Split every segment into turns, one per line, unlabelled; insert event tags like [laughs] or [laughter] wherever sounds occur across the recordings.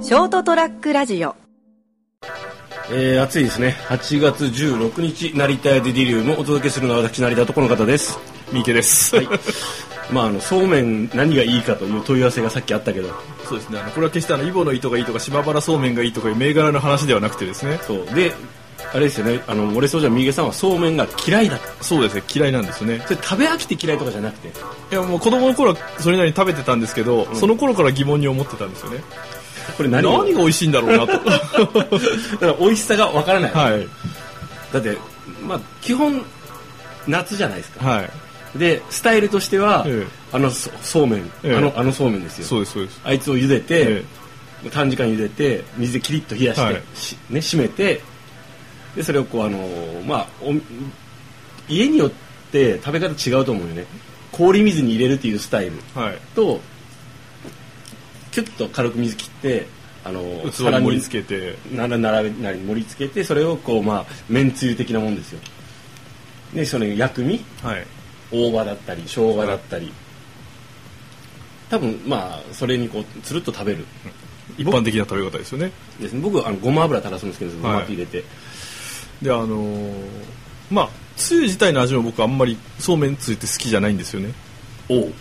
ショートトラックラジオ
えー、暑いですね8月16日成田屋でディリウムお届けするのは私成田とこの方です
三池です、
はいまああのそうめん何がいいかという問い合わせがさっきあったけど
そうですねあのこれは決してあのイボの糸がいいとか島原そうめんがいいとかいう銘柄の話ではなくてですね
そうであれですよねあの漏れそうじゃん三毛さんはそうめんが嫌いだと
そうですね嫌いなんですよね
それ食べ飽きて嫌いとかじゃなくて
いやもう子供の頃はそれなりに食べてたんですけど、その頃から疑問に思ってたんですよね
これ何
何
が
が美味しいんだろうなと
[laughs] だから美味しさがわからない、
はい
だってまあ基本夏じゃないですか
はい
でスタイルとしては、
ええ
あのそそうめん、
ええ
あのあのそうめんですよ
そうですそうです
あいつを茹でて
え、
短時間茹でて水でキリッと冷やして、
はい
しね、締めてでそれをこう、あのーまあ、お家によって食べ方違うと思うよね氷水に入れるっていうスタイル
はい
とキュッと軽く水切って、あのー
器に盛り
け
付けて
なら並べなりに盛り付けてそれをこう、まあ、麺つゆ的なもんですよでその薬味
はい
大葉だったり生姜だったり多分まあそれにこうつるっと食べる
一般的な食べ方ですよね
ですね僕あのごま油垂らすんですけどごま
はい
入れて、
であのーまあつゆ自体の味も僕あんまりそうめんつゆって好きじゃないんですよね
おう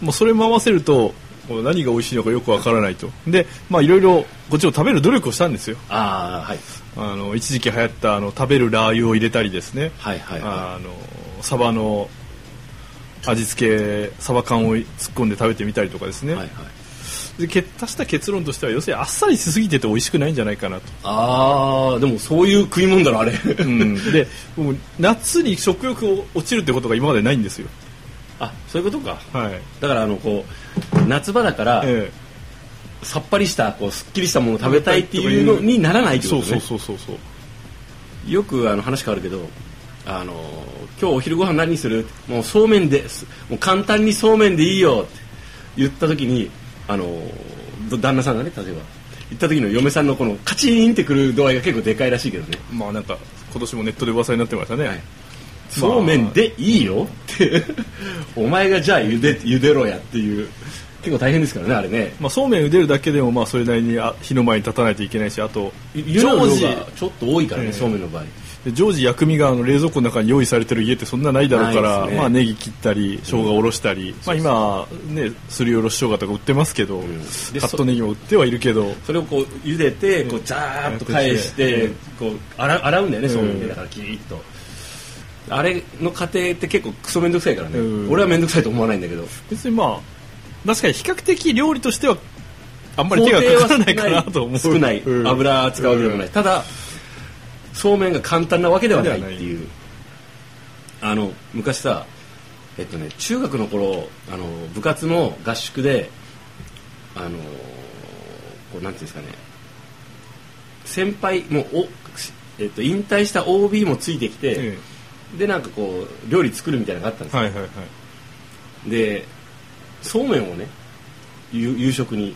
もうそれも合わせるともう何が美味しいのかよくわからないとでまあいろいろこっちも食べる努力をしたんですよ
ああはい
あの一時期流行ったあの食べるラー油を入れたりですね、
はいはいは
あのサバの味付けサバ缶を突っ込んで食べてみたりとかです
い
ね、
はいはい
でけ足した結論としては要するにあっさりしすぎてて美味しくないんじゃないかなと、
ああでもそういう食い物だろあれ
うん、でもう夏に食欲を落ちるってことが今までないんですよ
[laughs] あそういうことか
はい、
だからあのこう夏場だから、
え
さっぱりしたこうすっきりしたものを食べたいっていうのにならない
え
ってこ
そ
と
う
ね
そうそうそうそう
よくあの話変わるけどあの今日お昼ご飯何にするもうそうめんですもう簡単にそうめんでいいよって言った時にあのど旦那さんがね例えば言った時の嫁さんのこのカチンってくる度合いが結構でかいらしいけどね
まあなんか今年もネットで噂になってましたね、
はいそうめんでいいよって [laughs] お前がじゃあゆでゆでろやっていう結構大変ですからねあれね
まあ、そうめん茹でるだけでもまあそれなりにあ火の前に立たないといけないしあと
ゆの量
常時
がちょっと多いからね、
ええ
そうめんの場合
で常時薬味があの冷蔵庫の中に用意されてる家ってそんなないだろう
な
か
い
ら、
ですね
まあ、ネギ切ったり生姜おろしたり、まあ、今、ね、すりおろし生姜とか売ってますけど、
んで
カットネギも売ってはいるけど
それをこう茹でてこうジャーッと返して、
うん
こう洗洗うんだよね、そうめん
う
で
ん
だからキリッとあれの過程って結構クソめんどくさいからね、
うん
俺はめんどくさいと思わないんだけど
別にまあ確かに比較的料理としてはあんまり手がかからないかなと思う
少ない
うん
油使うわけでもない、ただそうめんが簡単なわけではないって
で
いうあの昔さえっとね中学の頃あの部活の合宿であのこうなんていうんですかね先輩もうおえっと、引退した OB もついてきて、
え
でなんかこう料理作るみたいなのがあったんです
え
よ
はいはいはい
でそうめんをね夕夕食に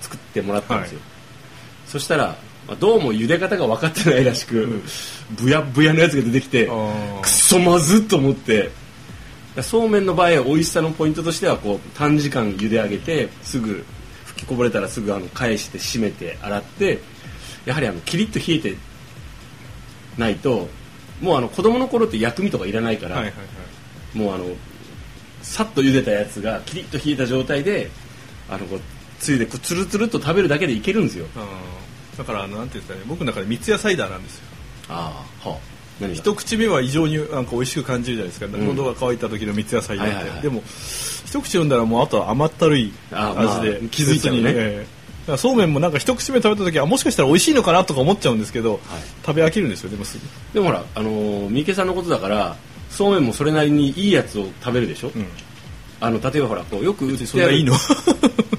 作ってもらったんですよ、
は
そしたら、まあどうも茹で方が分かってないらしく、ぶやぶやのやつが出てきて
あ
くっそまずっと思ってだからそうめんの場合は美味しさのポイントとしてはこう短時間茹で上げてすぐ吹きこぼれたらすぐあの返して締めて洗ってやはりあのキリッと冷えてないともうあの子供の頃って薬味とかいらないか
ー
ら、
はいはいはい
もうあのさっと茹でたやつがキリッと冷えた状態であのこうつゆでこうつるつるっと食べるだけでいけるんですよ
あーだからあのなんていうんですかね僕の中で三ツ矢サイダーなんですよ
ああはあ何が
一口目は異常になんか美味しく感じるじゃないですか、喉が渇いた時の三つ野菜なんて、
はいはいはい
でも一口飲んだらもうあとは甘ったるい
あまあ
味で、
気づいちゃうね
別にええだからそうめんもなんか一口目食べた時はもしかしたら美味しいのかなとか思っちゃうんですけど、食べ飽きるんですよでもすぐ
でもほらあのー三池さんのことだからそうめんもそれなりにいいやつを食べるでしょ、
ん
あの例えばほらこうよく売ってある
そん
[laughs]
ないいの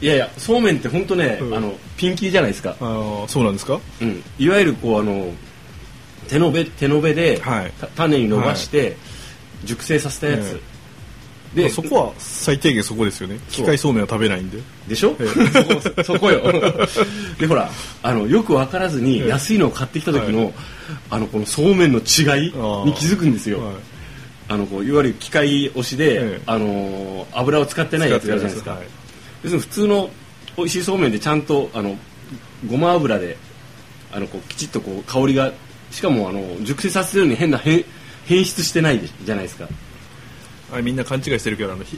いやいやそうめんって本当ね、
うん
あのピンキリじゃないですか、
あのそうなんですか
うん、いわゆるこうあの手延べ手延べで、
はい
た種に伸ばして、熟成させたやつ、
え
で
そこは最低限そこですよね
そう
機械そうめんは食べないんで
でしょ、
え
そ [laughs] こそこよ [laughs] でほらあのよく分からずに
ええ
安いのを買ってきた時の、
は
あのこのそうめんの違い
あー
に気づくんですよ
はい
あのこういわゆる機械押しで、
ええ
あのー油を使ってないやつがあるじゃないですか、
はい
要するに普通の美味しいそうめんでちゃんとあのごま油であのこうきちっとこう香りがしかもあの熟成させるように変な変変質してないでじゃないですか
あれみんな勘違いしてるけどあのひ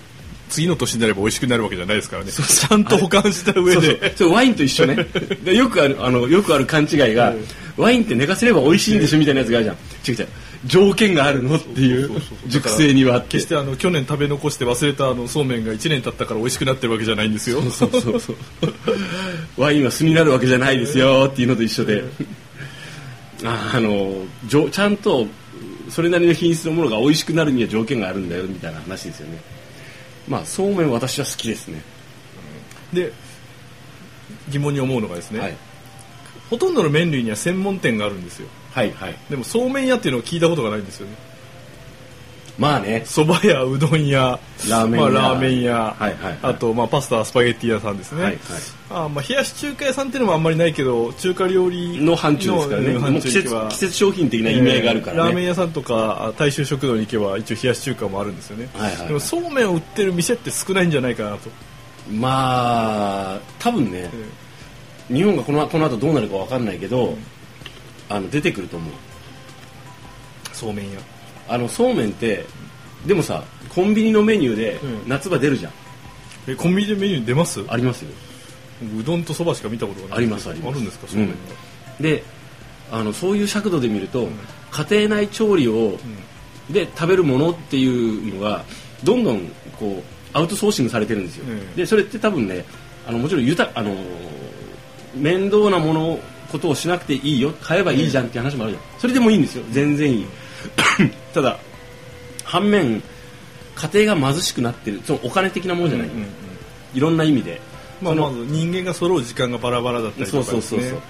次の年になれば美味しくなるわけじゃないですからねちゃんと保管した上
そうそう
で
それワインと一緒ねでよくあるあのよくある勘違いが、ワインって寝かせれば美味しいんでしょみたいなやつがあるじゃん違う違う条件があるのっていう
そうそうそうそう
熟成にはあって
決してあの去年食べ残して忘れたあのそうめんが1年経ったから美味しくなってるわけじゃないんですよ
そうそうそうワインは酢になるわけじゃないですよっていうのと一緒でああのじょちゃんとそれなりの品質のものが美味しくなるには条件があるんだよみたいな話ですよねまあそうめん私は好きですね
で疑問に思うのがですね、
はい
ほとんどの麺類には専門店があるんですよ
はいはい
でもそうめん屋っていうのを聞いたことがないんですよね
まあね
そば屋うどん屋
ラーメン屋
まあ、ラーメン屋、
はいはいはい
あと、まあ、パスタスパゲッティ屋さんですね、
はいはい
あまあ、冷やし中華屋さんっていうのもあんまりないけど中華料理
の範疇ですからね
の
も
範
う季
疇
節
は
季節商品的な意味合いがあるか
えー
ら
ラーメン
ね、
屋さんとかあ大衆食堂に行けば一応冷やし中華もあるんですよね、
はいはい
でもそうめんを売ってる店って少ないんじゃないかなと、
まあ多分ね
えー
日本がこのこの後どうなるかわかんないけど、あの出てくると思う
そうめん屋
あのそうめんってでもさコンビニのメニューで
うん
夏場出るじゃん、
えコンビニでメニューに出ます
ありますよ
うどんとそばしか見たことがない
ありますあります
るんですかそうめんが、
であのそういう尺度で見ると、家庭内調理を、で食べるものっていうのがどんどんこうアウトソーシングされてるんですよ、
うん
でそれって多分ねあのもちろんゆたあの面倒なものことをしなくていいよ買えばいいじゃんっていう話もあるじゃん、それでもいいんですよ全然いい [coughs] ただ反面家庭が貧しくなってるそのお金的なものじゃない、
うんうんうん
いろんな意味で
まあ、
その
まず人間が揃う時間がバラバラだったり
そう
とか
そう
です
そう
ね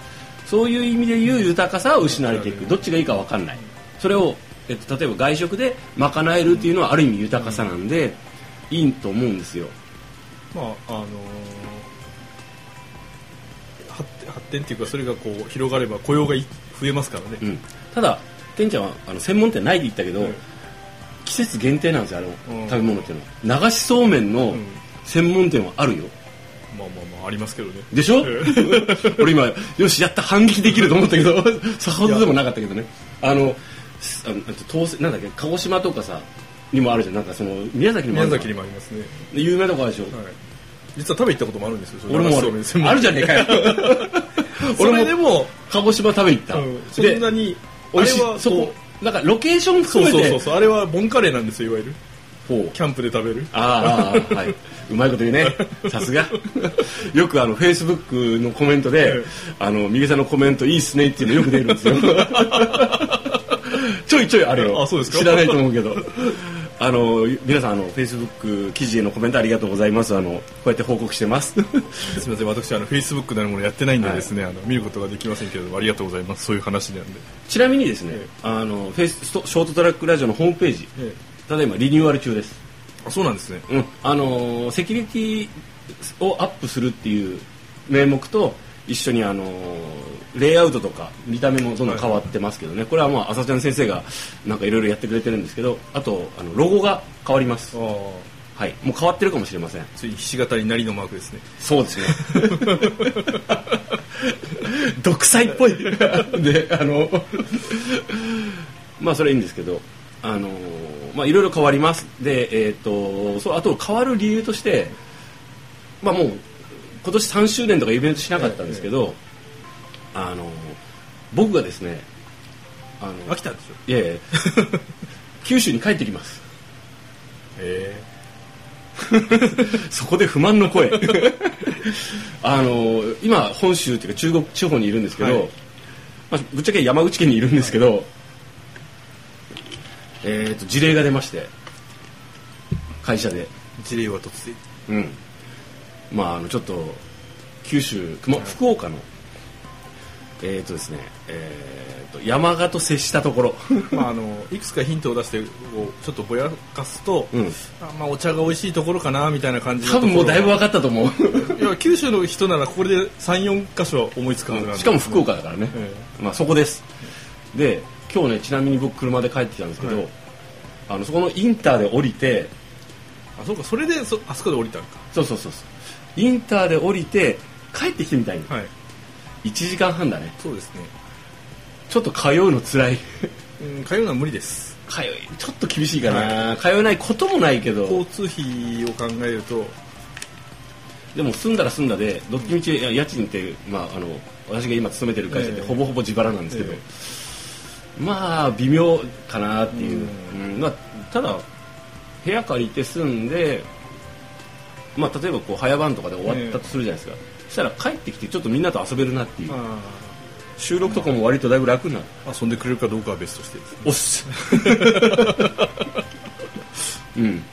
そうそういう意味で言う豊かさは失われていくどっちがいいか分かんないそれを、えっと、例えば外食で賄えるっていうのはある意味豊かさなんで、いいと思うんですよ
まああのー発展発展っていうかそれがこう広がれば雇用がい増えますからね、
うん、ただてんちゃんはあの専門店ないって言ったけど、
うん
季節限定なんですよあの、
うん
食べ物っていうのは流しそうめんの
ん
専門店はあるよ
まあまあまあありますけどね
でしょ [laughs] 俺今よしやった反撃できると思ったけど [laughs] さほどでもなかったけどねあのすあのあと東西なんだっけ鹿児島とかさにもあるじゃんなんかその宮崎にもあるじゃ
宮
ん
崎にもありますね、
で有名なとこあるでしょ、
はい、実は食べ行ったこともあるんですよ
俺もあ
そうめん専
る
門
あるじゃねえかよ
[laughs] それ
俺
で
も
も、
鹿児島食べ行った、
うんそ
で
んなに
美味しい
あれは
そこ
こ
なんかロケーション
うそ
含
う
めて
そうそうそうあれはボンカレーなんですよいわゆる
ほう
キャンプで食べる
あーあーはいうまいこと言うねさすがよくあのフェイスブックのコメントで、
うん
あの右さんのコメントいいっすねっていうのよく出るんです
[laughs]
よちょいちょいあるよ
あそうですか
知らないと思うけどあの皆さんあのフェイスブック記事へのコメントありがとうございますあのこうやって報告してます
すみません私あのフェイスブックなるものやってないんで
はい
ですね、あの見ることができませんけれどもありがとうございますそういう話なんで、
ちなみにですね、あのフェイスストショートトラックラジオのホームページ、ただいまリニューアル中です、
あそうなんですね
うんあのーセキュリティをアップするっていう名目と一緒に、あのーレイアウトとか見た目もどんどん変わってますけどねこれはまあ朝ちゃん先生がなんかいろいろやってくれてるんですけどあとあのロゴが変わります
あ、あ
はい、もう変わってるかもしれません
ついひし形になりのマークですね
そうですね独裁っぽいであのまあそれいいんですけどあのまあいろいろ変わりますでえっ、とそうあと変わる理由としてまあもう今年3周年とかイベントしなかったんですけど、あの僕がですねあの
たでし
い
ょ
やいや九州に帰ってきます
え
そこで不満の声 [laughs] あの今本州っていうか中国地方にいるんですけど、
はい
まあ、ぶっちゃけ山口県にいるんですけど、えーと事例が出まして会社で、
え事例は突然
うんまあ、あのちょっと九州熊福岡の、えーとですねえーと山鹿と接したとこ [laughs] ろ、
まああのいくつかヒントを出してこうちょっとぼやかすと、
うん、
あまあお茶が美味しいところかなみたいな感じの
多分もうだいぶ
と
分かったと思う
ころいや九州の人ならこれで34箇所思いつくはずなんで
しかも福岡だからね、
え
まあ、そこですで今日ねちなみに僕車で帰ってきたんですけど、
はい
あのそこのインターで降りて
えあそうかそれでそあそこで降りたんか
そうそうそうそうインターで降りて帰ってきてみたいに、
はい
1時間半だね
そうですね、
ちょっと通うのつらい [laughs]
うん、通うのは無理です
通いちょっと厳しいかな、通えないこともないけど
交通費を考えると
でも住んだら住んだでどっちみちいや家賃って、まあ、あの私が今勤めてる会社って
ええ
ほぼほぼ自腹なんですけど、
え
まあ微妙かなっていう、
う
うんまあ、ただ部屋借りて住んで、まあ、例えばこう早番とかで終わったとするじゃないですか、そしたら帰ってきてちょっとみんなと遊べるなっていう
あ
収録とかも割とだいぶ楽になる
遊んでくれるかどうかは別としてですね
おっすうん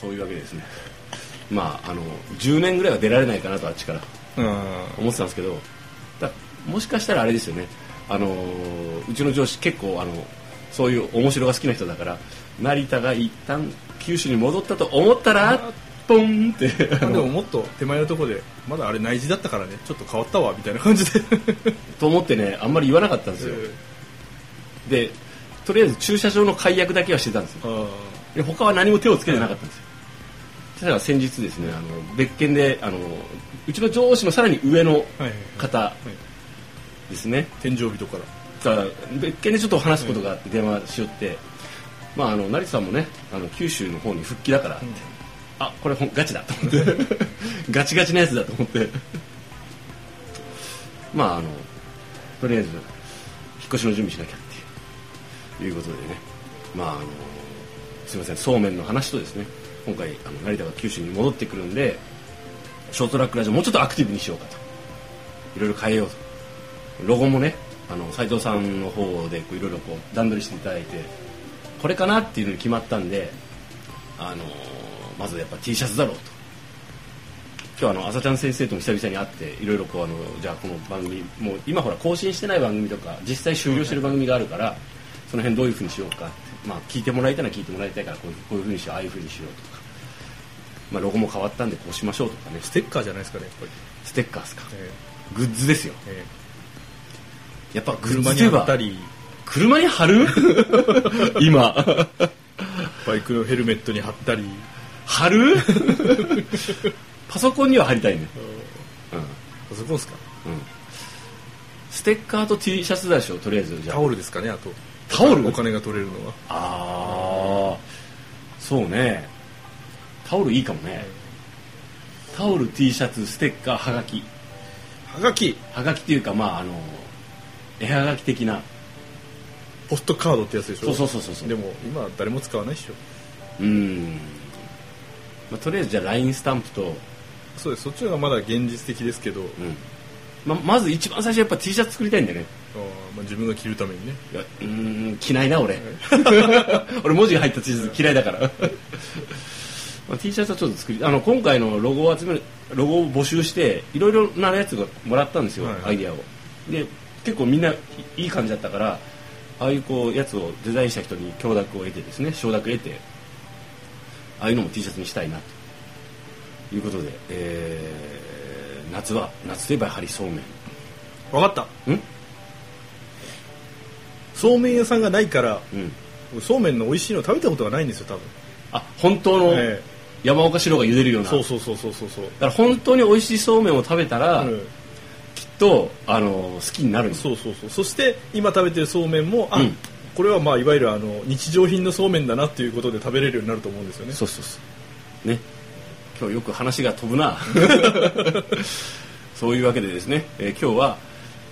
そういうわけですねまああの10年ぐらいは出られないかなとあっちから
あ
思ってたんですけどだもしかしたらあれですよねあのーうちの上司結構あのそういう面白が好きな人だから成田が一旦九州に戻ったと思ったらポンってあ
で
の
ももっと手前のところでまだあれ内地だったからねちょっと変わったわみたいな感じで
と思ってねあんまり言わなかったん
[laughs]
ですよでとりあえず駐車場の解約だけはしてたんですよ
あー
で他は何も手をつけてなかったんですよ。ただ先日ですね、あの別件であのうちの上司のさらに上の
はいはいはい
方ですね、
天井人から
が別件でちょっと話すことがあって電話しよって、まああの成田さんもね、あの九州の方に復帰だから、あこれほんガチだと思って、 [laughs] ガチガチなやつだと思って、まああのとりあえず引っ越しの準備しなきゃっていういうことでね、まああのすみませんそうめんの話とですね、今回あの成田が九州に戻ってくるんで、ショートラックラジオもうちょっとアクティブにしようかと、いろいろ変えようと。ロゴもねあの斉藤さんの方でこういろいろこう段取りしていただいてこれかなっていうのに決まったんで、あのーまずやっぱ T シャツだろうと今日あの朝ちゃん先生とも久々に会っていろいろこうあのじゃあこの番組もう今ほら更新してない番組とか実際終了してる番組があるからその辺どういうふうにしようかって、まあ、聞いてもらいたいなら聞いてもらいたいからこういうこういうふうにしようああいうふうにしようとか、まあ、ロゴも変わったんでこうしましょうとかね
ステッカーじゃないですかねやっぱり、
ステッカーですか
え
グッズですよ
ええ
やっぱグ
え
ッ
車
ズと
に
いえ
あ
ば
ったり
車に貼
[laughs]
る今
バイクのヘルメットに貼ったり
貼る [laughs] パソコンには貼りたいね、うん
あそこですか
うん、ステッカーと T シャツだでしょとりあえずじゃ
タ
あ
オルですかねあと
タオル
お金が取れるのは
ああそうねタオルいいかもねタオル T シャツステッカーはがき
はがき
はがきっていうかまああの絵はがき的な
ポストカードってやつでしょ
そうそうそうそうそう
でも今誰も使わないでしょ
うん、まあ、とりあえずじゃあ LINE スタンプと、
そうですそっちの方がまだ現実的ですけど、あ
うんままず一番最初やっぱ T シャツ作りたいんだよね
ーまあ、自分が着るためにね
いやうーん着ないな [laughs] 俺俺文字が入った T シャツ嫌いだから、まあ、T シャツはちょっと作りあの今回のロゴを集めるロゴを募集していろいろなやつがもらったんですよ、
はいはい
アイディアをで結構みんないいい感じだったからああいうこうやつをデザインした人に許諾を得てですね承諾を得てああいうのも T シャツにしたいなということで、えー夏は夏といえばやはりそうめん
分かった
ん
そうめん屋さんがないから
うん
そうめんの美味しいの食べたことがないんですよ多分、
あ本当の
え
山岡四郎が茹でるよう
え
な
そうそうそうそうそうそう
だから本当に美味しいそうめんを食べたら、
うん
きっとあの好きになるんです
そうそうそうそして今食べてるそうめんもあ、
うん
これはまあいわゆるあの日常品のそうめんだなっていうことで食べれるようになると思うんですよね
そうそうそうね今日よく話が飛ぶ
[laughs]
なそういうわけでですね、えー今日は、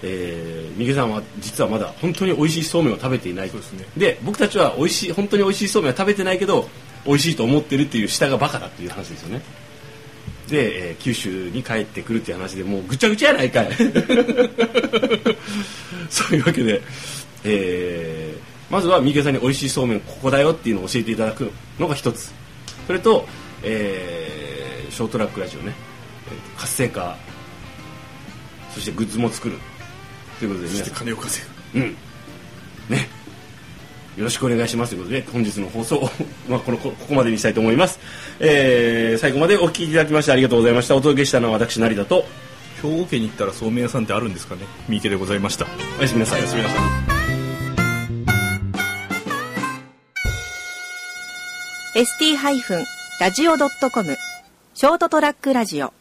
えー、三毛さんは実はまだ本当に美味しいそうめんを食べていない
そうですね
で僕たちは美味しい本当に美味しいそうめんは食べてないけど美味しいと思ってるっていう舌がバカだっていう話ですよねで、えー九州に帰ってくるっていう話でもうぐちゃぐちゃやないかい [laughs] そういうわけで、えーまずは三池さんに美味しいそうめんここだよっていうのを教えていただくのが一つそれと、えーショートラックラジオねえー活性化そしてグッズも作るということで
そ
皆
し
さ
て
ん
金を稼ぐ
ね、よろしくお願いしますということで本日の放送を [laughs] まあこのこここまでにしたいと思います、えー最後までお聞きいただきましてありがとうございましたお届けしたのは私成田と
兵庫県に行ったらそうめん屋さんってあるんですかね三池でございました
おやすみなさい、
おやすみなさい
ST-radio.com ショートトラックラジオ